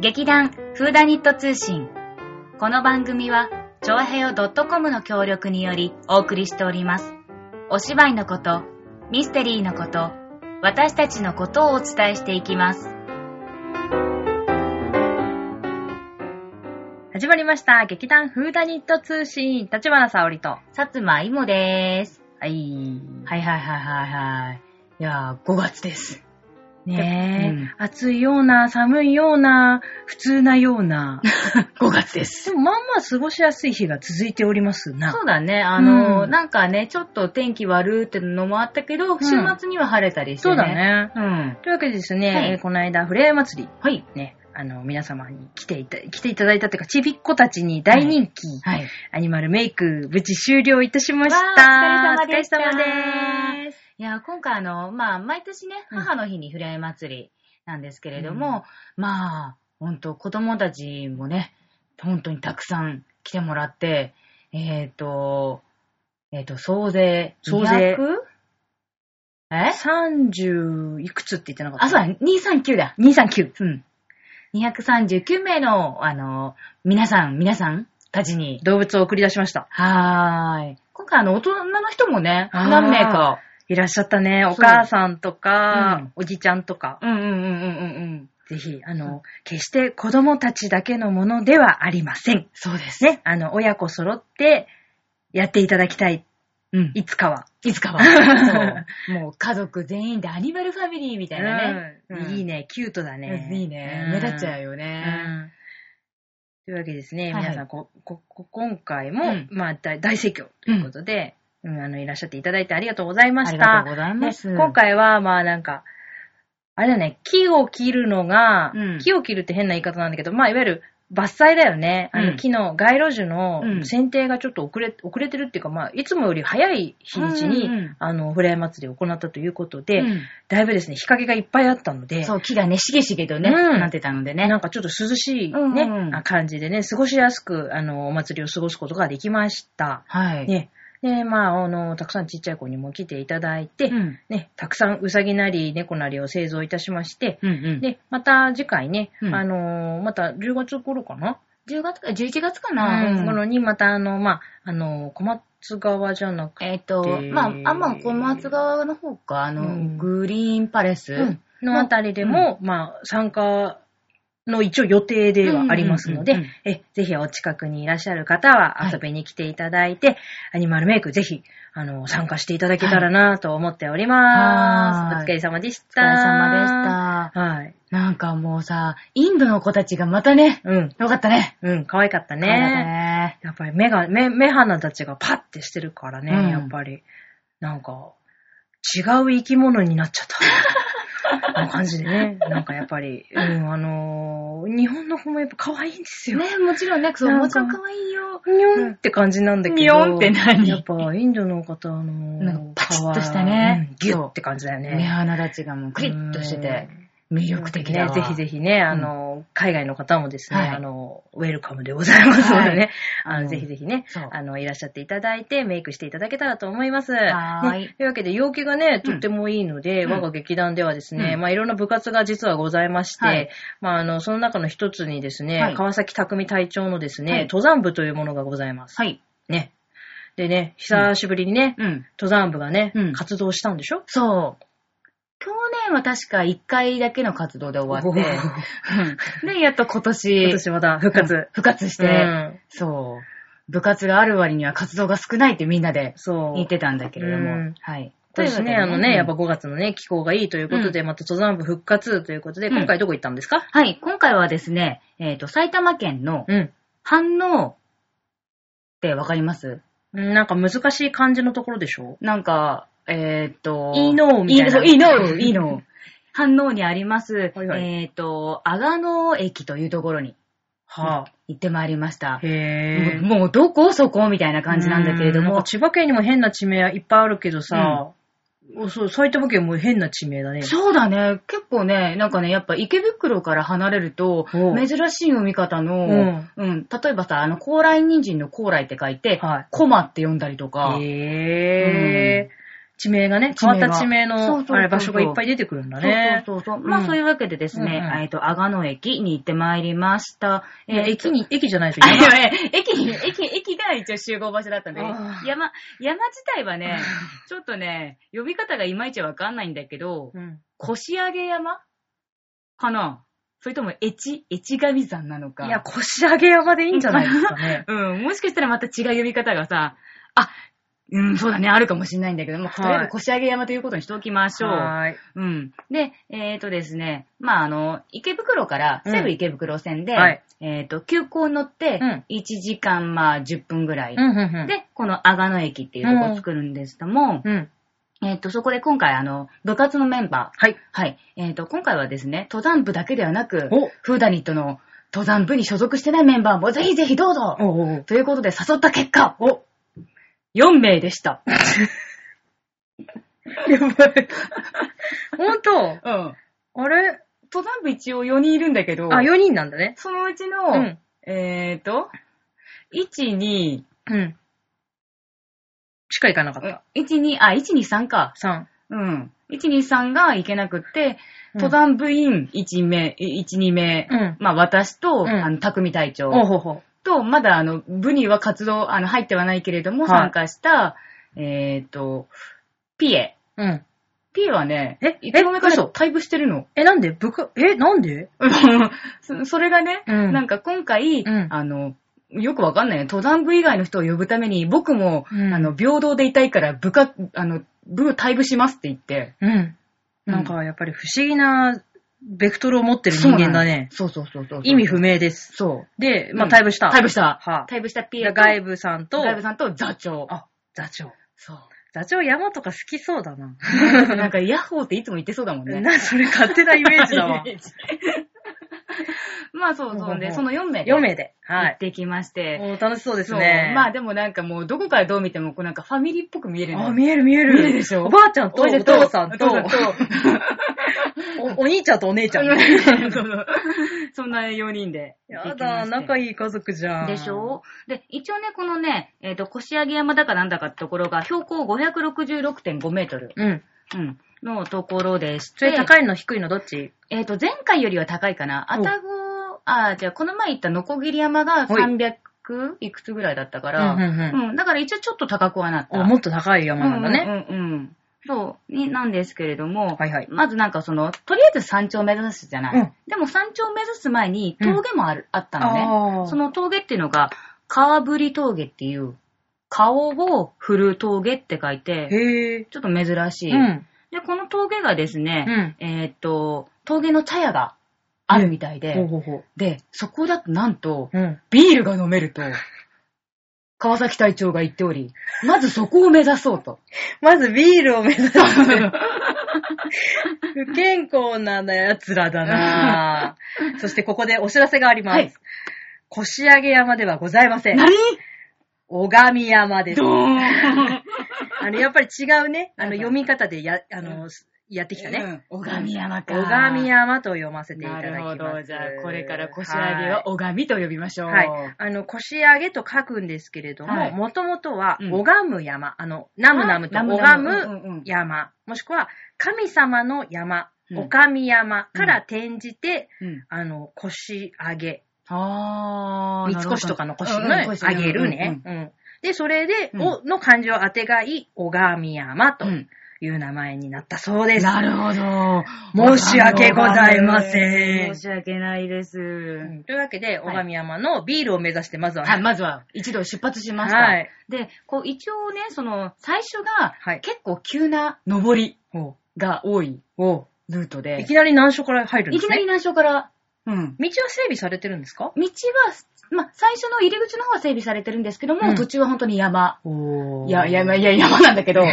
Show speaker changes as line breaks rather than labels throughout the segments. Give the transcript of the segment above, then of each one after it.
劇団フーダニット通信。この番組は、ちょうへよ .com の協力によりお送りしております。お芝居のこと、ミステリーのこと、私たちのことをお伝えしていきます。
始まりました。劇団フーダニット通信、立花沙織と。は
薩摩いもでーす。
い。はいはいはいはいはい。いやー、5月です。ねえ、
うん
暑いような、寒いような、普通なよ うな。
5月です。
でもまあまあ過ごしやすい日が続いておりますな。
そうだね。あの、
うん
なんかね、ちょっと天気悪いってのもあったけど、
ん
週末には晴れたりしてね。
そうだ。ね。
うん。
というわけでですね、
はい
えーこの間、ふれあい祭り、
はい。
ね、あの、皆様に来ていた、来ていただいたというか、ちびっ子たちに大人気、
はい。
アニマルメイク、無事終了いたしました。
わあお疲れ様でした
お疲れ様です。
いや、今回あの、まあ、毎年ね、
うん
母の日にふれあい祭りなんですけれども、まあ、ほんと、子供たちもね、本当にたくさん来てもらって、えっ、ー、と、えっ、と、総勢 200?
総勢
え
30いくつって言ってなかった
あ、そうだ、239だ。
239。
うん。239名の、あの、皆さん、皆さんたちに、
動物を送り出しました。
はーい。今回、あの、大人の人もね、
あー
何名か。
いらっしゃったね。
そう
お母さんとか、
うん
おじちゃんとか。
うんうんうんうんうん。
ぜひ、あの、決して子供たちだけのものではありません。
そうです。
ね。あの、親子揃ってやっていただきたい。
うん。
いつかは。
いつ かは。そうもう家族全員でアニマルファミリーみたいなね。
うん
うん
いいね。キュートだね。
いいね。
うん
目立っちゃうよね。
うんというわけですね、
はいはい
皆さんこここ今回も、
うん
まあ、大大盛況ということで、うんあの、いらっしゃっていただいてありがとうございま
あ
し
り
た。
がとうございます。
ね今、回は、まあなんか、あれだね、木を切るのが、
うん
木を切るって変な言い方なんだけど、まあいわゆる伐採だよね。あ
うん
の木の街路樹の
うん
剪定がちょっと遅れ遅れてるっていうか、まあいつもより早い日にちに、
うんうん
あの、ふれあい祭りを行ったということで、
うん
だいぶですね、日陰がいっぱいあったので、
そう、木がね、しげしげとね、
うん
なってたので
ね、
ね。
なんかちょっと涼しいね、
うんうん
あ感じでね、過ごしやすく、あの、お祭りを過ごすことができました。
はい。
ね。で、まあ、あの、たくさんちっちゃい子にも来ていただいて、
うん。
ね、たくさんうさぎなり猫なりを製造いたしまして、
うんうん。
で、また次回ね、
うん
あのーまた10月頃かな、
10月か、11月かな。うん
頃にまたあの、まあ、あのー小松川じゃなくて、
えっと、まあ、あ、まあ、小松側の方か、あ
う
の、
ん
グリーンパレス。
うんのあたりでも、まあ、参加の一応予定ではありますの
うんうん
で
うん、
え、ぜひお近くにいらっしゃる方は遊びに来ていただいて、アニマルメイクぜひ、あのー、参加していただけたらなと思っております。
はい
お疲れ様でし
お
た。
疲れ様でし。た。
はい。
なんかもうさ、インドの子たちがまたね、
うん。
よかったね。
うん、可愛かったね。
可愛かったね。
やっぱり目が、目、目鼻たちがパッてしてるからね、
うん
やっぱり。なんか、違う生き物になっちゃった。 こんな感じでね。なんかやっぱり、うん、あのー日本の子もやっぱ可愛いんですよ。
ね、もちろんね、そう、
なんか
もちろん可愛いよ。
にょんって感じなんだけど。
にょんって何
やっぱインドの方の、
なんかパチッとしたね
うんギュッって感じだよ
目
ね。
鼻立ちがもうクリッとしてて、魅力的だ
ね
わ。。
ぜひぜ
ひ。
ひね、あのー、海外の方もですね、
はい
あのー、ウェルカムでございますのでね、あ
うん
の、ぜひぜひね、
そう。
あの、いらっしゃっていただいて、メイクしていただけたらと思います。
はーい
ねというわけで、陽気がね、
うん
とってもいいので、
うん
我が劇団ではですね、
うん
まあ、いろんな部活が実はございまして、
はい
まあ、あの、その中の一つにですね、
はい
川崎匠隊長のですね、
はい
登山部というものがございます。
はい。
ね。でね、久しぶりにね、
うん。
登山部がね、
うん
活動したんでしょ
そう。去年は確か1回だけの活動で終わっ
お
て
ー、
うんで、やっと 今年、
今年また復
うん
活。
復活して、
うん
そう。部活がある割には活動が少ないってみんなで
そう。
言ってたんだけれども。
うん
はい。
そうですね、
とい
あ
うわ
の
けで
ね、やっぱ5月のね、気候がいいということで、また登山部復活ということで、
うん
今回どこ行ったんですか
はい、今回はですね、えっ、と、埼玉県の
うん。
反応ってわかります
うんなんか難しい漢字のところでしょ
なんか、えっ、と、
いいのうみたいな
イノウ、イノウ。反応にあります、
はいはい
えっ、と、阿賀野駅というところに
は
行ってまいりました。
へ
もうもうどこそこみたいな感じなんだけれど
うなん
も
か、千葉県にも変な地名いっぱいあるけどさ、おそう埼玉県も変な地名だね。
そうだね。結構ね、なんかね、やっぱ池袋から離れると、
おう
珍しい読み方の、う
うんん、
例えばさ、あの、高麗人参の高麗って書いて、
はい
コマって読んだりとか、
へえ、地名がね、
地
変わ
名
っ
が
た地名
そう
の
そう、そう
あれ、場所がいっぱい出てくるんだね。
そうそうそう。まあ、
うん
そういうわけでですね、
うんうん
えっと、阿賀野駅に行ってまいりました。
いや
ー
駅に、駅じゃないとい
あ
け
い
ない。
やいや駅に、駅、駅が一応集合場所だったんで、
あー
山、山自体は ね、ちょっとね、呼び方がいまいちわかんないんだけど、
うん
腰上げ山かなそれとも、えち、えち神山なのか。。
いや、腰上げ山でいいんじゃないですか ね
うん、もしかしたらまた違う呼び方がさ、あ、うん、そうだね、あるかもしれないんだけど、まあ、とりあえ
は
ず
い
腰上げ山ということにしておきましょう。
はーい。
うん。で、えっ、とですね、まあ、あの、池袋から、
うん
西武池袋線で、
はい
えっ、と、急行乗って
うん、
1時間、まあ、10分ぐらい。
うん、うん、うん。
で、この阿賀野駅っていうとこを作るんですけども、
うん。
えっ、と、そこで今回、あの、部活のメンバー、
はい。
はい。えっ、と、今回はですね、登山部だけではなく
お、
フーダニットの登山部に所属してないメンバーもぜひぜひどうぞ
おうおう
ということで誘った結果、お !4 名でした。
やばい。ほんと
うん。
あれ
登山部一応4人いるんだけど、
あ、4人なんだね。
そのうちの、
うん
えっ、と、1、2、
うん。しか行かなかっ
1、2、あ、1、2、3か。
た。3。
うん。1、2、3が行けなくって、
うん
登山部員1名、1、2名、
うん
まあ私と、
うん
あの、匠隊長
おうほうほう。
と、まだあの、部には活動、あの、入ってはないけれども、
はい
参加した、えっ、と、ピエ。
うん。
ピエはね、
え
いつの間にかね
え嘘
退部してるの。
え、なんで部下、え、なんで
そそれがね、
うん
なんか今回、
うん
あの、よくわかんないね。登山部以外の人を呼ぶために、僕も、
うん
あの、平等でいたいから、部下、あの、部退部しますって言って。
うん。なんか、やっぱり不思議な、ベクトルを持ってる人間だね。
そうそうそうそうそう。
意味不。明です。
そう。
で、まあ、
うん
退部した。
退部した。
はあ
退部したピエ
で
と
外部さんと、
外部さんと座長。
あ、座長。
そう。
座長山とか好きそうだな。
なんか、ヤッホーっていつも言ってそうだもんね。
な、それ勝手な イメージだわ
イ。メージまあそうそう。で、その4名で
4
行
名で。は
っ
い。
てきまして。
お楽しそうです
そう。
ね。
まあでもなんかもう、どこからどう見ても、こうなんかファミリーっぽく見えるのよ
あ、見える見える。
見えるでしょ
おばあちゃんとお
おじと
父さんと
お、父さんと
おお兄ちゃんとお姉ちゃん。
そうそうそんな4人で。
やだ、仲
い
いい家族じゃん。
でしょで、一応ね、このね、えっ、と、腰上げ山だかなんだかってところが、標高566.5メートル、
うん。
うん、のところでし
それ
て、
高いの低いのどっち
えっ、と、前回よりは高いかな。あたご、あ、じゃあ、この前行ったノコギリ山が300いくつぐらいだったから、
うんうん
うんだから一応ちょっと高くはなった。
あもっと高い山なんだね。
うんうんうんうん。そう、になんですけれども、
はいはい。
まずなんかその、とりあえず山頂を目指すじゃない。
うん
でも山頂を目指す前に峠もある、あったのね。
あー
その峠っていうのが、川ぶり峠っていう、顔を振る峠って書いて、
へえ。
ちょっと珍しい。
うん。
で、この峠がですね、
ん。
えーっと、峠の茶屋があるみたいで、
ほうほうほ
で、そこだとなんと、
う。うん。
ビールが飲めると、川崎隊長が言っており、まずそこを目指そうと。
まずビールを目指す。不健康な奴らだなぁそしてここでお知らせがあります。
はい
腰上げ山ではございま せん。
何
拝み山です
ド。ーン
あの、やっぱり違うね、あ
な
の、
んだ
読み方でや、あの、
う
やってきたね。
うん。拝み山か。
拝み山と読ませていただ
な
きます。
るほど。じゃあ、これから腰上げを拝みと呼びましょう。
はい。はい。あの、腰上げと書くんですけれど
は
も、
い
もともとは
うん、
拝む山。あの、ナムナムと
あ
拝む
うんうんうん
山、もしくは神様の山、
うん
お神山から転じて、
うん
あの、腰上げ、
あー。
三越とかの腰
う
の
んうん腰
上げるね。。うんで、それで、
うん
おの漢字を当てがい、お神山と
うんうん
いう名前になったそうです。
なるほど。
申し訳ございません
申し訳ないです。
うんというわけで、お
はい
神山のビールを目指して、まずはね、
はい、まずは一度出発しました。
はい。
で、こう一応ね、その、最初が
はい
結構急な登り
お
が多い
お
ルートで、
いきなり難所から入るん
い
で
き
す
な
ね。
り難所から、うん。
道は整備されてるんですか
道は、まあ、最初の入り口の方は整備されてるんですけども、
うん
途中は本当に山。
お
いや、いや、いや、山なんだ けど、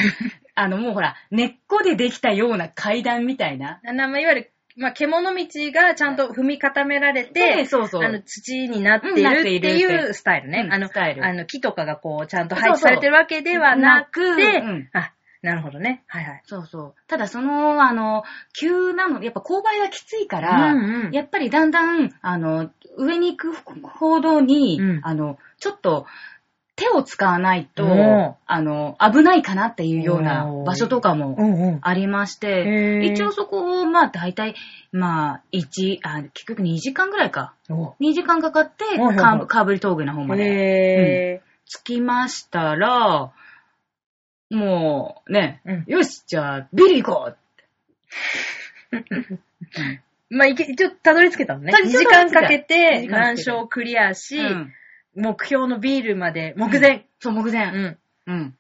あの、もうほら、根っこでできたような階段みたいな。
あのまあ、いわゆる、まあ、獣道がちゃんと踏み固められて、
そうそう。
あの、土になってい
うんな
る
っ
って
いる
ていうスタイルね。
うん
あの、
スタイル
あの、木とかがこう、ちゃんと
そうそう
配置されてるわけではなくて、
なくうん
あ、なるほどね。はいはい。
そうそう。ただ、その、あの、急なの、やっぱ勾配がきついから、
うんうん
やっぱりだんだん、あの、上に行くほどに、
うん
あの、ちょっと、手を使わないと、
うん
あの、危ないかなっていうような場所とかも
うんうん。
ありまして、
へー
一応そこを、まあ、大体、まあ、1、あ、結局2時間ぐらいか。
お
2時間かかって
うんうんうん、
カーブカーブリ峠の方まで
へ
着きましたら、もう、ね、
うん
よし、じゃあ、ビリ行こう
ーまあ、いけ、一応、たどり着けたのね。
たどり
2
着いた
時間かけ
二時
て、
間かけ
難
て
所をクリアし、
うん
目標のビールまで、目前。
そう、目前。
ん。
うん。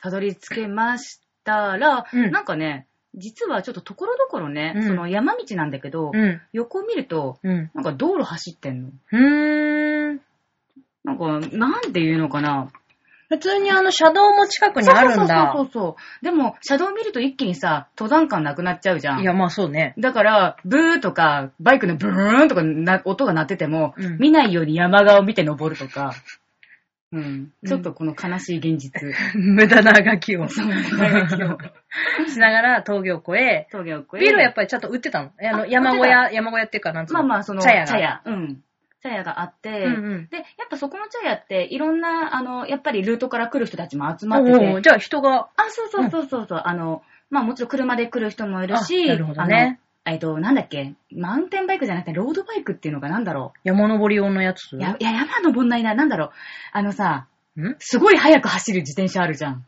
たどり着けましたら、
うん
なんかね、実はちょっとところどころね、
うん
その山道なんだけど、
うん。
横を見ると、
うん。
なんか道路走ってんの。
うーん。
なんか、なんていうのかな。
普通にあの、車道も近くにあるんだ。
そうそうそうそうそう。でも、車道見ると一気にさ、登山感なくなっちゃうじゃ
い
ん。
や、まあそうね。
だから、ブーとか、バイクのブーンとかな音が鳴ってても、
うん
見ないように山側を見て登るとか、うん。ちょっとこの悲しい現実。
無駄なあがきを。
そうなんだよ。
しながら峠を越え、
峠を越え
ビールはやっぱりちゃんと売ってたの。えあの、
あ
山
売
小
っ
屋、山小屋っていうか、なんつう
まあ
の。
まあ、その、
茶屋が。
うん。茶屋があって、
うんうん
で、やっぱそこの茶屋って、いろんな、あの、やっぱりルートから来る人たちも集まってて、
おうじゃあ人が、
あ、そうそうそうそうそう、あの、まあもちろん車で来る人もいるし、
あなるほどね
あの。えっと、なんだっけ、マウンテンバイクじゃなくて、ロードバイクっていうのがなんだろ
山登り用のやつ
う。いや、いや山登んないな、なんだろう。あのさ、
ん
すごい速く走る自転車あるじゃん。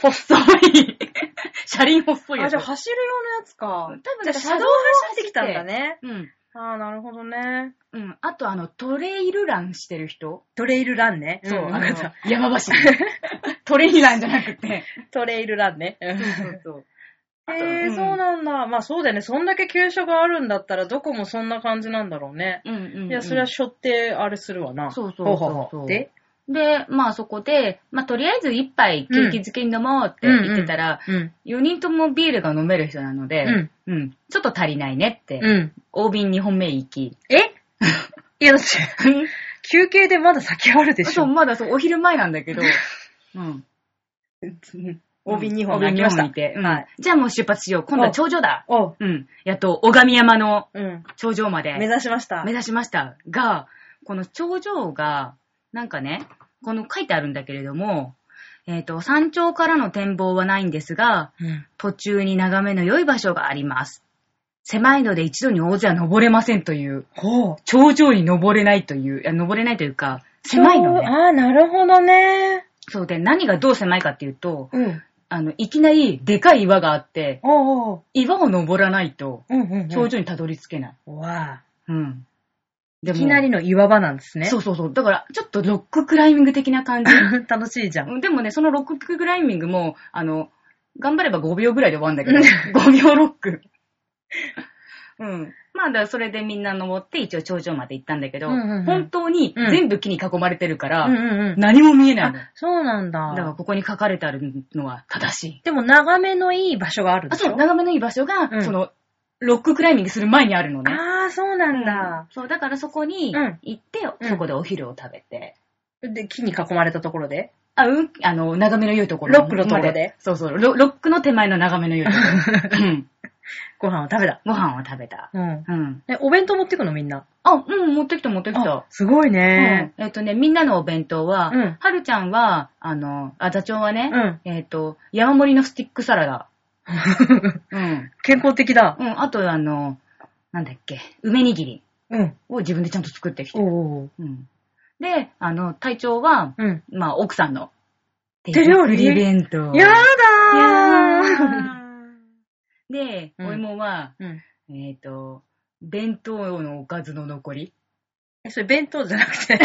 細い。 車輪細いやつ。
走る用のやつか
多分
じゃあ車道を走ってきたんだ。ね。
うん。
ああ、なるほどね。
うん。あと、あの、トレイルランしてる人。
トレイルランね。
そう、
ん
あ
わか
の
った。
山走 り。トレイルランじゃなくて。
トレイルランね。へ
そうそう。あと
え、そうなんだ。まあそうだよね。そんだけ急所があるんだったら、どこもそんな感じなんだろうね。
うんうんうんうん。
いや、それはしょって、あれするわな。
そうそう
ほ
そうそ
う
う
ほうほう。で
で、まあそこで、まあとりあえず一杯景気漬けに飲もうって言ってたら、
うん。
4人ともビールが飲める人なので、
うん
うんちょっと足りないねって、
うん。
大瓶2本目行き。
えいや、だって、休憩でまだ先あるでし
そう、
ょ。
まだそう、お昼前なんだけ ど、うん。
大瓶2本
大瓶
開き
2
ま
本
した
見。て、うん
はい
じゃあもう出発しよう。今度は頂上だ。
お
うん。やっと、小神山の
うん。
頂上まで。
目指しました
目。指しましたが、この頂上が、なんかね、この書いてあるんだけれども、えっ、と、山頂からの展望はないんですが、
うん。
途中に眺めの良い場所があります。狭いので一度に大勢は登れませんという、
ほう。
頂上に登れないという、いや登れないというか、狭いの
そう
ね。
ああ、なるほどね。
そうで、何がどう狭いかっていうと、
うん。
あの、いきなりでかい岩があって、
おうおう。
岩を登らないと、
うんうん、うん。
頂上にたどり着けない。
わあ。
うん。で
い
も
きなりの岩場なんですね。
そうそうそう。だから、ちょっとロッククライミング的な感じ。
楽しいじゃん。
でもね、そのロッククライミングも、あの、頑張れば5秒ぐらいで終わるんだけど、5秒ロック。うん。まあ、だからそれでみんな登って、一応頂上まで行ったんだけど、
うんうんうん
本当に
うん
全部木に囲まれてるから、
うんうんうん。
何も見えない
あ
の。、
そうなんだ。
だからここに書かれてあるのは正しい。
でも、眺めのいい場所がある
あ、
でしょ
そう、眺めのいい場所が、
うん
その、ロッククライミングする前にあるのね。
ああ、そうなんだ。
そう、だからそこに
うん
行って、
うん
そこでお昼を食べて、
で、木に囲まれたところで。
あ、うん、あの、眺めの良いところ。
ロックのところで。
そうそうロ、ロックの手前の眺めの良いところ。 うん。
ご飯を食べた。
ご飯を食べた。
うん。
うん。
え、お弁当持ってくのみんな。
あ、うん、持ってきた持ってき
あ
た。
すごいね。
うんえっとね、みんなのお弁当は、
うん
はるちゃんは、あの、あ座長はね、
うん
えっ、と、山盛りのスティックサラダ。うん。
健康的だ。
うん、あとあの、なんだっけ、梅握り
うん。
を自分でちゃんと作ってきて。
おう
うん。で、あの、隊長は、
うん。
まあ、奥さんの
手料理
手弁当。
や
いや
だー
で、
うん
お芋は、
うん。
えっ、と、弁当のおかずの残り。
え、それ弁当じゃなく て。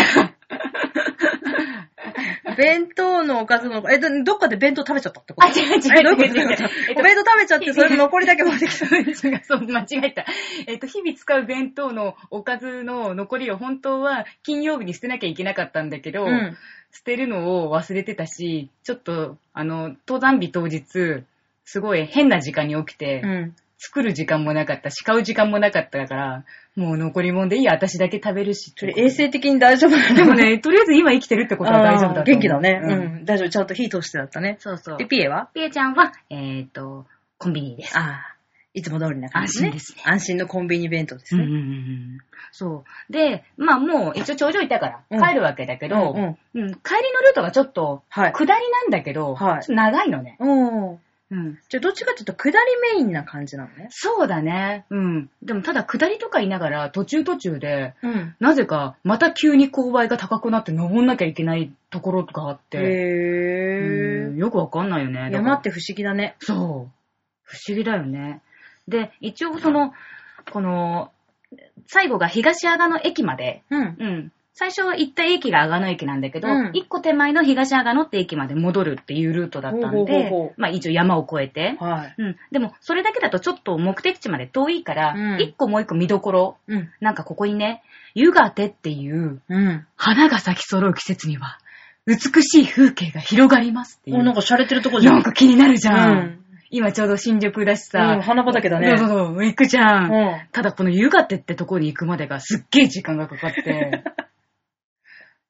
弁当のおかずの、え、どどっかで弁当食べちゃったってこと
あ、違う違う
え、どういうこ
違
と
う
どういう
違うえっ
ことお
と
弁当食べちゃって、それの残りだけ持ってきた。
違うそう、間違えた。えっ、と、日々使う弁当のおかずの残りを本当は金曜日に捨てなきゃいけなかったんだけど、
うん。
捨てるのを忘れてたし、ちょっと、あの、登山日当日、すごい変な時間に起きて、
うん。
作る時間もなかったし、買う時間もなかったから、もう残り物でいいや、私だけ食べるしって
それ衛生的に大丈夫なん
で
だ
もね、とりあえず今生きてるってことは大丈夫だと思
あ
う
ー元気だね。
う
うんん。大丈夫。ちゃんと火通してだったね。
そうそう
で、。ピエは
ピエちゃんは、えっ、と、コンビニです。
ああ。いつも通りな感じ、
安心ですね
安心のコンビニ弁当です
うん
ね。
うんうんうんそう。で、まあもう一応頂上行ったか
う
ら
ん
帰るわけだけど、
うんう
う
ん
ん帰りのルートがちょっと、
はい。
下りなんだけど、
は
ちょ
い
っと長いのね。
おー
うん。
じゃあどっちかっていうと、下りメインな感じなのね。
そうだね。うん。でもただ下りとか言いながら途中途中で、
うん。
なぜかまた急に勾配が高くなって登んなきゃいけないところとかあって、う
へ
ん
ー。
よくわかんないよね。だから
山って不思議だね。
そう。不思議だよね。で、一応その、この、最後が東阿賀野駅まで、
うん。
うん。最初行った駅が阿賀野駅なんだけど、
うん
一個手前の東阿賀野って駅まで戻るっていうルートだったん
ほうほうほう
で
ほ、
まあ一応山を越えて、
はい。
うん。でも、それだけだとちょっと目的地まで遠いから
う、ん
一、個もう一個見どころ。
うん。
なんかここにね、湯がてっていう、
うん。
花が咲き揃う季節には、美しい風景が広がりますっていう。
お、なんか洒落てるとこじゃん。
なんか気になるじゃん。
うん
今ちょうど新緑だしさ。
うん花畑だ
そ
ね
うそうそう、行くじゃん。
うん。
ただこの湯がてってとこに行くまでがすっげえ時間がかか って。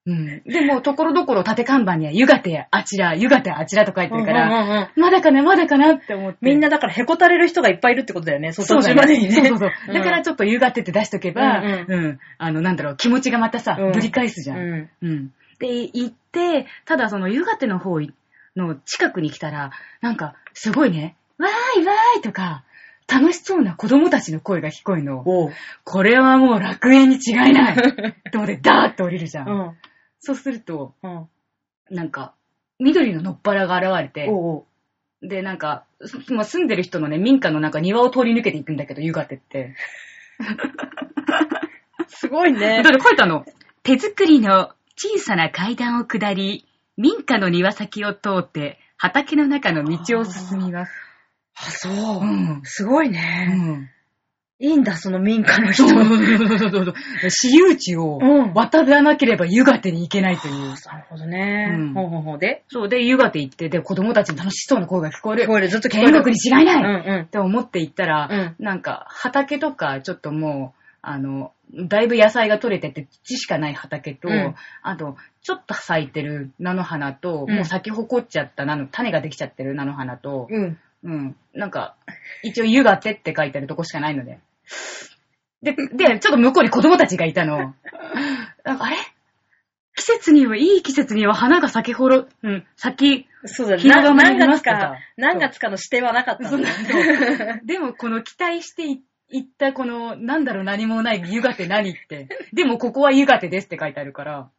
うん。でも、ところどころ縦看板には湯がてあちら、湯がてあちらと書いてるから、
うんうんうん
まだかな、まだかなって思って。
みんなだからへこたれる人がいっぱいいるってことだよね。そう途中までにね。
そうそうそう。
ん
だからちょっと夕方って出しとけば、
う
うんん、あの、なんだろう、気持ちがまたさ、
うん
ぶり返すじゃん。
うん。
うん。で、行って、ただその夕方の方の近くに来たら、なんか、すごいね、わーいわーいとか、楽しそうな子供たちの声が聞こえるの。
おう。
これはもう楽園に違い ないって思って、ダーッと降りるじゃん。
うん。
そうすると、
うん。
なんか、緑ののっぱらが現れて、
おう
で、なんか、すまあ、住んでる人のね、民家のなんか庭を通り抜けていくんだけど、湯がてって。
すごいね
だか。ら書いたの。手作りの小さな階段を下り、民家の庭先を通って、畑の中の道を進みます。
あ、そうう。
ん
すごいうね。
ん。
いいんだ、その民家の
そ
人
う。そうそうそうそうそう。私有地を
うん
渡らなければ湯がてに行けないという。
なるほどね。
うん
ほうほうほう。で、
そう、で、湯がて行って、で、子供たちに楽しそうな声が聞こえ
聞
る。
こえる、ずっと聞こ
天
える。
国に違いない、
うん
って思って行ったら、
う
なんか畑とか、ちょっともう、あの、だいぶ野菜が取れてて土しかない畑と、
うん
あと、ちょっと咲いてる菜の花と、
うん
もう咲き誇っちゃった菜の、種ができちゃってる菜の花と、
うん。うん。
うん、なんか、一応湯がてって書いてあるとこしかないので。で、で、ちょっと向こうに子供たちがい たの。なんかあれ季節には、いい季節には花が咲きほろ、うん、咲き、
そうだね。
気が
な
回
何
りま
月
すと
か
か、
何月かの指定はなかった
そ
ん
ん
だ
な
ね。
そうでも、この期待してい行った、この、なんだろう、何もない、湯がて何って。でも、ここは湯がてですって書いてあるから。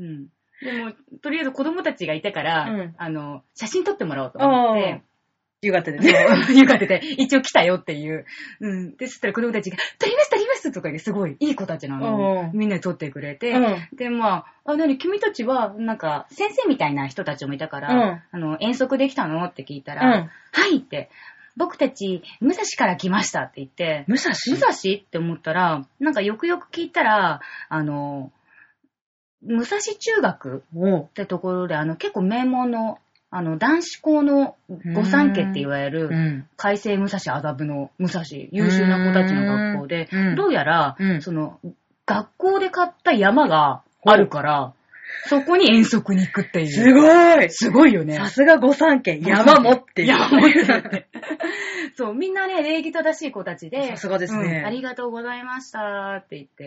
うん。でも、とりあえず子供たちがいたから、
うん
あの、写真撮ってもらおうと思って、
夕方で
そ
ね。
う湯がてで、一応来たよっていう。うん。で、そしたら子供たちが、撮ります、撮りますとか言って、すごい、いい子たちな
おうお
の。
う
みんなで撮ってくれて、
うん
で、まあ、あ、なに、君たちは、なんか、先生みたいな人たちもいたから、
うん
あの、遠足できたのって聞いた
う
ら、
ん。
はいって、僕たち、武蔵から来ましたって言って、
武蔵
武蔵って思ったら、なんかよくよく聞いたら、あの、武蔵中学
おう
ってところで、あの、結構名門の、あの、男子校の御三家って言われ
う
る、
ん。
海星武蔵麻布の武蔵、優秀な子たちの学校で
うんうん、
どうやら
う、ん
その、学校で買った山があるから、そこに遠足に行くって
す
いう。
ごい
すごいよね。
さすが御三家、山持ってる。
山持 ってる。 そう、みんなね、礼儀正しい子たちで。
さすがですね
うんありがとうございましたって言って。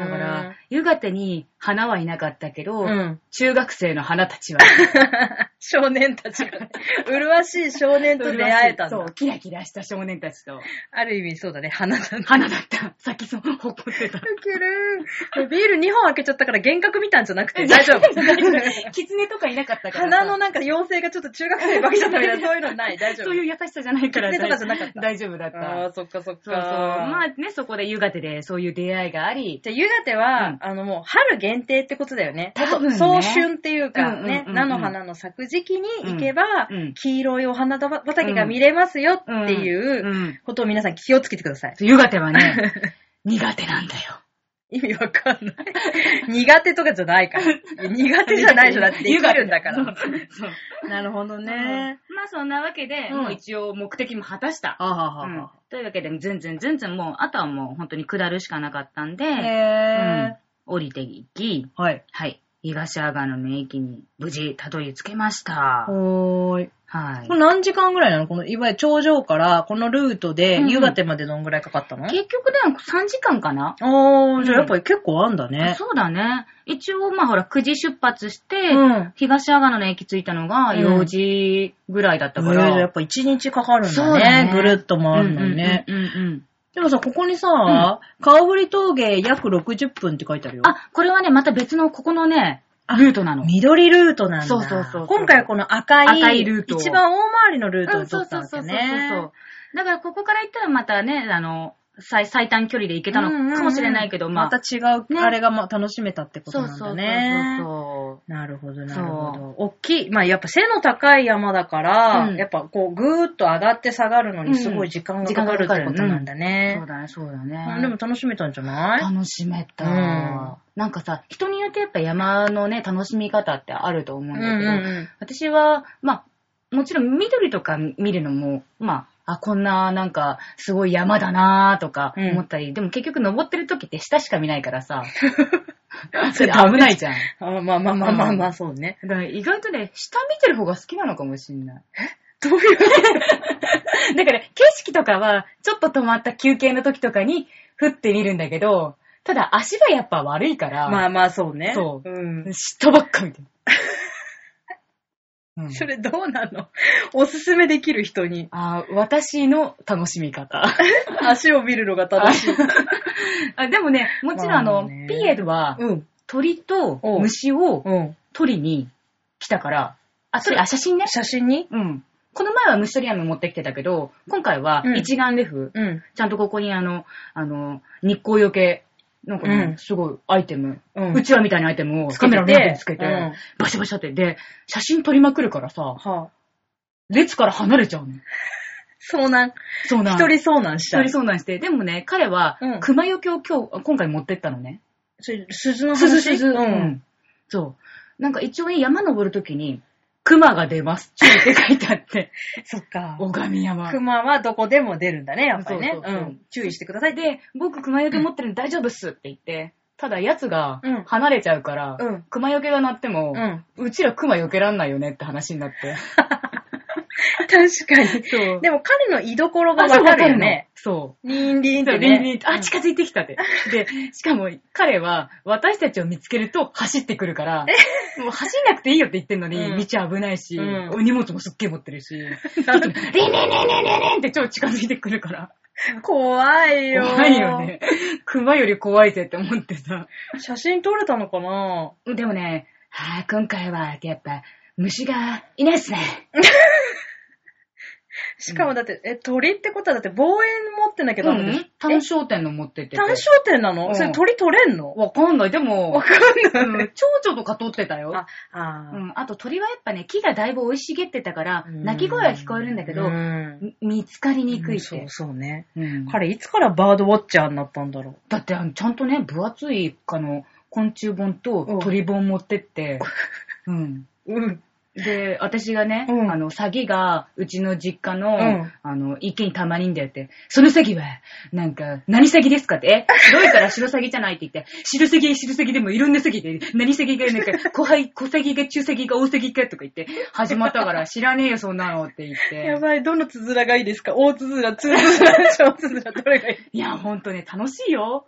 だ
だ
から、、夕方に花はいなかったけど、
うん。
中学生の花たちは、
少年たちがね、麗しい少年 と出会えたん
そう、
だ。
キラキラした少年たちと、
ある意味そうだね、花だね。
花だった。さっきそう、誇って た。
ウケるビール2本開けちゃったから幻覚見たんじゃなくて大丈夫。
狐とかいなかったからさ。
花のなんか妖精がちょっと中学生化けちゃったみたいな、そういうのない。大丈夫
そう。いう優しさじゃないから
狐とかじゃなかった
大丈夫だった。
ああ、そっかそっか。
そうそう。まあね、そこで夕方でそういう出会いがあり、
じゃあ、ゆがては、
うん
あのもう春限定ってことだよね。
多分ね
早春っていう
う
か、ね、
んうんうんうん
菜の花の咲く時期に行けば、
うんうん
黄色いお花畑が見れますよっ
う。
ていうんことを皆さん気をつけてください。
湯がてはね、 苦手なんだよ。
意味わかんない。苦手とかじゃないから。苦手じゃないじゃなくて、できるんだから。
そう。
なるほど
ね。まあそんなわけで、
うん
もう一応目的も果たした。
はは
うんというわけで、ずんずんずんずんもう、あとはもう本当に下るしかなかったんで、う
へ
ん降りていき、
ー。はい。
はい、東阿賀野の駅に無事たどり着けました。
おーい。
はい
こ。れ何時間ぐらいなのこの、いわゆる頂上から、このルートで
うんう、ん
湯がてまでどんぐらいかかったの、
結局でも3時間かな、
ああ、じゃあ
うん
やっぱり結構あんだね。
そうだね。一応、まあほら、9時出発して、
うん。
東阿賀野の駅着いたのが
うん
4時ぐらいだったか
え
ら。
ーやっぱ一日かかるんだ
そうだ
ね。
ね
ぐるっと回るのにね。
うんうんうんうん
でもさ、ここにさ、顔振り峠約60分って書いてあるよ。
あ、これはね、また別のここのね、ルートなの。
緑ルートなんだ。
そうそうそうそう
今回はこの赤い、
赤いルートを
一番大回りのルート
う
を
んそ
取
う
った
そ
わ
う
け
そうそうそう
ね。
そう。だからここから行ったらまたね、あの、最最短距離で行けたのかもしれないけど、
うんうんうん
まあ。
また違う、
ね
あれがまあ楽しめたってこと
そう
なん
そう
だ
そう
ね。
そ
なるほど、な
そう
るほど。大きい。まあ、やっぱ背の高い山だから、
うん
やっぱこう、ぐーっと上がって下がるのにすごい時間がかかるってことなんだ
う。そ
ね
う。だね、そうだ
あでも
ね。
楽しめたんじゃない
楽しめた、
うん
なんかさ、人によってやっぱ山のね、楽しみ方ってあると思うんだけど、
ん
私は、まあ、もちろん緑とか見るのも、まあ、あ、こんな、なんか、すごい山だなとか
うん
思ったり、でも結局登ってる時って下しか見ないから さ、それ危ないじゃん。
あまあまあまあまあまあ、そうね。
だから意外とね、下見てる方が好きなのかもしんない。
どういう
だから、景色とかは、ちょっと止まった休憩の時とかに、降ってみるんだけど、ただ足がやっぱ悪いから、
まあまあ、そうね。
そう
うん。
下ばっかみ たいな。うん
それどうなのおすすめできる人に
あー私の楽しみ 方。
足を見るのが正しい。
あでもね、もちろんあ
まあ
の、
ね
ピエールは
うん。
鳥と
おう
虫を
うん。
取りに来たから、あ、それ、
そう
あ、写真ね。
写真に
うん。この前は虫取り網持ってきてたけど、今回は
うん
一眼レフ。
うん。
ちゃんとここにあの、あの、日光よけ、なんかね、
うん
すごいアイテム、
う。
うんちわみたいなアイテムを
つ
カ
けてて
メラの中につけて、
うん
バシャバシャって、で、写真撮りまくるからさ、
はあ、
列から離れちゃうの。
遭難。
そうなん。
一人遭難し
一
た。
人遭難して、でもね、彼は
うん、
熊よけを今日、今回持ってったのね。
それ鈴の
鈴
話
鈴。
う。
うんん。そう。なんか一応ね、山登るときに、熊が出ます。注意って書いてあ って。
そっか。
小神山。
熊はどこでも出るんだね、やっぱりね。
そうそうそう
うん注意してくだ
それ
さい。
で、僕熊よけ持ってるんで大丈夫っすって言って、ただ奴が
うん
離れちゃうから、
うん
熊よけが鳴っても、
うん
うちら熊よけらんないよねって話になって。
確かに。
そう
でも彼の居所がわかるよね。。
そう。
リンリンっ
そ
て
う、
ね。
リンリンあ、近づいてきたって。で、しかも彼は私たちを見つけると走ってくるから、もう走んなくていいよって言ってんのに、
うん
道危ないし、
うん
お荷物もすっげえ持ってるし、リン
うん
リンリンリンリンリンって超近づいてくるから、
怖いよ。
怖いよ。ね。熊より怖いぜって思ってさ。
写真撮れたのかな
でもね、はあ、今回はやっぱ虫がいないっすね。
しかもだって、え、鳥ってことはだって望遠持ってなきゃダメでしょ。
単焦点の持ってってて。
え単焦点なの、
うん
それ鳥撮れんの
わかんない。でも、
わかん
う
ない。
ん蝶々とか撮ってたよ。
あ、あ
う
ー
ん、あと鳥はやっぱね、木がだいぶ生い茂ってたから、
うん
鳴き声は聞こえるんだけど、
うん
み見つかりにくいっ
そう
て。
そうね。
うん
彼いつからバードウォッチャーになったんだろう。
だってあの、ちゃんとね、分厚い、あの、昆虫本
うん
と鳥本持って って、うん。
うん。
で、私がね、
うん
あの、詐欺が、うちの実家の、
うん
あの、池にたまにんだよって、その詐欺は、なんか、何詐欺ですかって、え、白いから白詐欺じゃないって言って、白詐欺、白詐欺でもいろんな詐欺で、何詐欺が、なんか、小輩、小詐欺が、中詐欺が、大詐欺かとか言って、始まったから、知らねえよ、そんなのって言って。
やばい、どのつづらがいいですか大つづら、つづら、小つづら、どれがいい
いや、ほんとね、楽しいよ。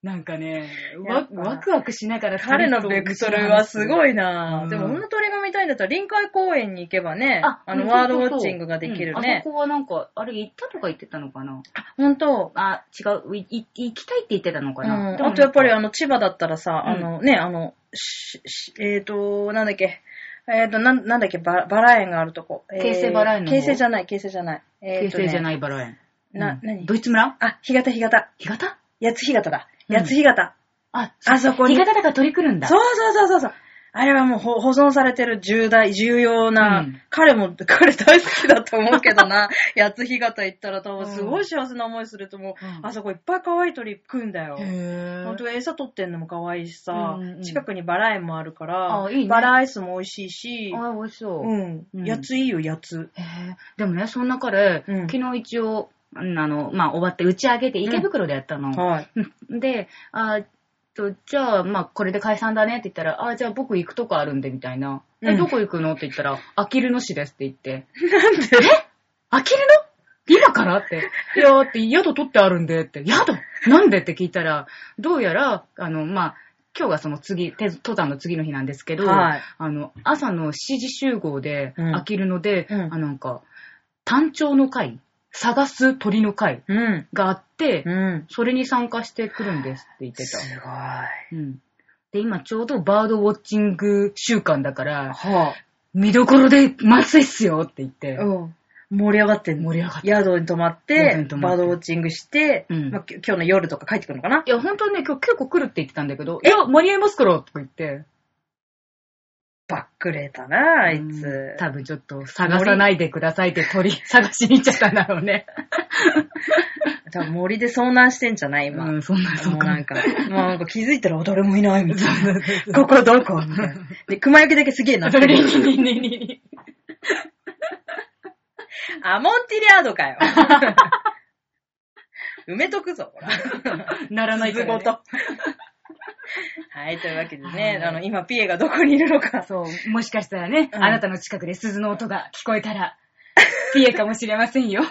なんかね、
や
わ
っぱ
ワクワクしながら
彼のベクトルはす
い。
ごいなぁ、
うん
でも、この鳥が見たいんだったら、臨海公園に行けばね、あ
あ、
の、
そう
ワー
そ
ド
う
ウ
そう
ォッチングができる
うんあ
ね
そ。こはなんか、あれ行ったとか言ってたのかな
本当
あ、違う、いい行きたいって言ってたのか
う
な、
ん、あとやっぱり
あ
あの、千葉だったらさ、
うん
あのね、あの、ししえっ、と、なんだっけ、えっ、となん、なんだっけ、ババラ園があるとこ。えー
京成バラ園の方
京成じゃない、京成じゃない。
平
えーとね
成じゃないバラ園。
な、何
ドイツ村
あ、干潟、干潟。
干潟
八つ干潟だ。
うん
八つ干潟。
あ、
あそこに
干潟だから取り来るんだ。
そうそうそうそうそう。あれはもうほ保存されてる重大、重要な、
うん
彼も、彼大好きだと思うけどな、 八つ干潟行ったら多分すごい幸せな思いすると思う。
うん
あそこいっぱい可愛い鳥来んだよ。
へ
本当餌取ってんのも可愛いしさ、
うんうん
近くにバラ園もあるから、
あいいね
バラアイスも美味しいし、
あ、美味しそう。
うん、
うん
やついいよ、やつ。
へえでもね、そんな彼、
うん
昨日一 応、うんあの、まあ、終わって打ち上げて池袋でやったの。
はい。
で、あと、じゃあ、まあ、これで解散だねって言ったら、あ、じゃあ僕行くとこあるんで、みたいな。
う
え、
ん
どこ行くのって言ったら、あきる野市ですって言って。
なんで
あきる野今からって。いやーって、宿取ってあるんでって。宿なんでって聞いたら、どうやら、あの、まあ、今日がその次、て登山の次の日なんですけど、
はい
あの、朝の7時集合で、
うん
あきる野で、
うん
あなんか、単調の会、探す鳥の会
うん。
があって、
うん。
それに参加してくるんですって言って
す
た。
ごい。は
うん。で、今ちょうどバードウォッチング週間だから、
あ。
見どころで満載っすよって言って、
うん。盛り上がってんの
盛り上がった。い
宿に泊まっ
宿
て
に泊、まっ
バ
て
ードウォッチングして、
うん
まあ、き今日の夜とか帰ってくるのかな
や、本当はね、今日結構来るって言ってたんだけど、いや、間に合いますからとか言って、
バックレたな、あい
うん
つ。
多分ちょっと探さないでくださいって鳥探しに行っちゃったんだろうね。
多分森で遭難してんじゃない今。
う
も
ん、そんな、そううか
なんか、もうなんか気づいたら誰もいないみたいな。
こ
ここどこみたいな。で、熊焼けだけすげえなってる。アモンティリアード かよ。埋めとくぞ、ほら。
ならないか
鈴
ら、
ご
ね。
と。はい、というわけでね、
はい
あの、今、ピエがどこにいるのか。
そう、もしかしたらね、
うん
あなたの近くで鈴の音が聞こえたら、ピエかもしれませんよ。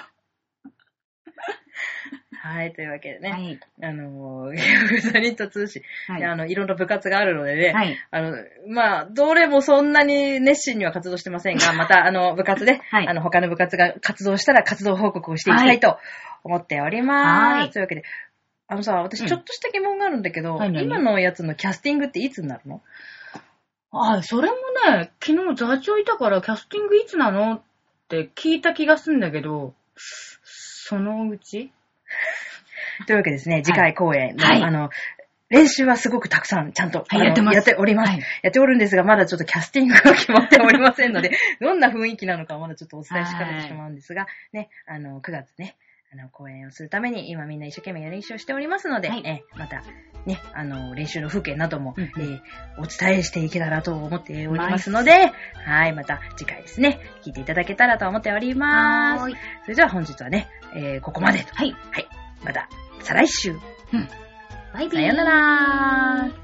はい、というわけでね、
はい。
あのー、 ゲームリット通信、
はい
であの、いろんな部活があるのでね、
はい。
あの、まあ、どれもそんなに熱心には活動してま せんが、また、あの、部活で、
はい
あの、他の部活が活動したら活動報告をしていきたいと思っております。
はい
というわけで、あのさ、私
うん
ちょっとした疑問があるんだけど、
はい何
今のやつのキャスティングっていつになるの
あ、それもね、昨日座長いたからキャスティングいつなのって聞いた気がすんだけど、そのうち
というわけですね、次回公演の、
はい
あの、練習はすごくたくさん、ちゃんと、
はい
あの
やってます
やっております、
はい
やっておるんですが、まだちょっとキャスティングが決まっておりません ので、どんな雰囲気なのかはまだちょっとお伝えしかねてしまうんですが、ね、あの、9月ね、あの、公演をするために、今みんな一生懸命練習をしておりますので、
はい
えまた、ね、あの、練習の風景なども、
うんうん
えーお伝えしていけたらと思っておりますので、はい、また次回ですね、聞いていただけたらと思っております。
はーい。
それでは本日はね、えーここまでと。
はい。
また、再来週
バイビー。
さよなら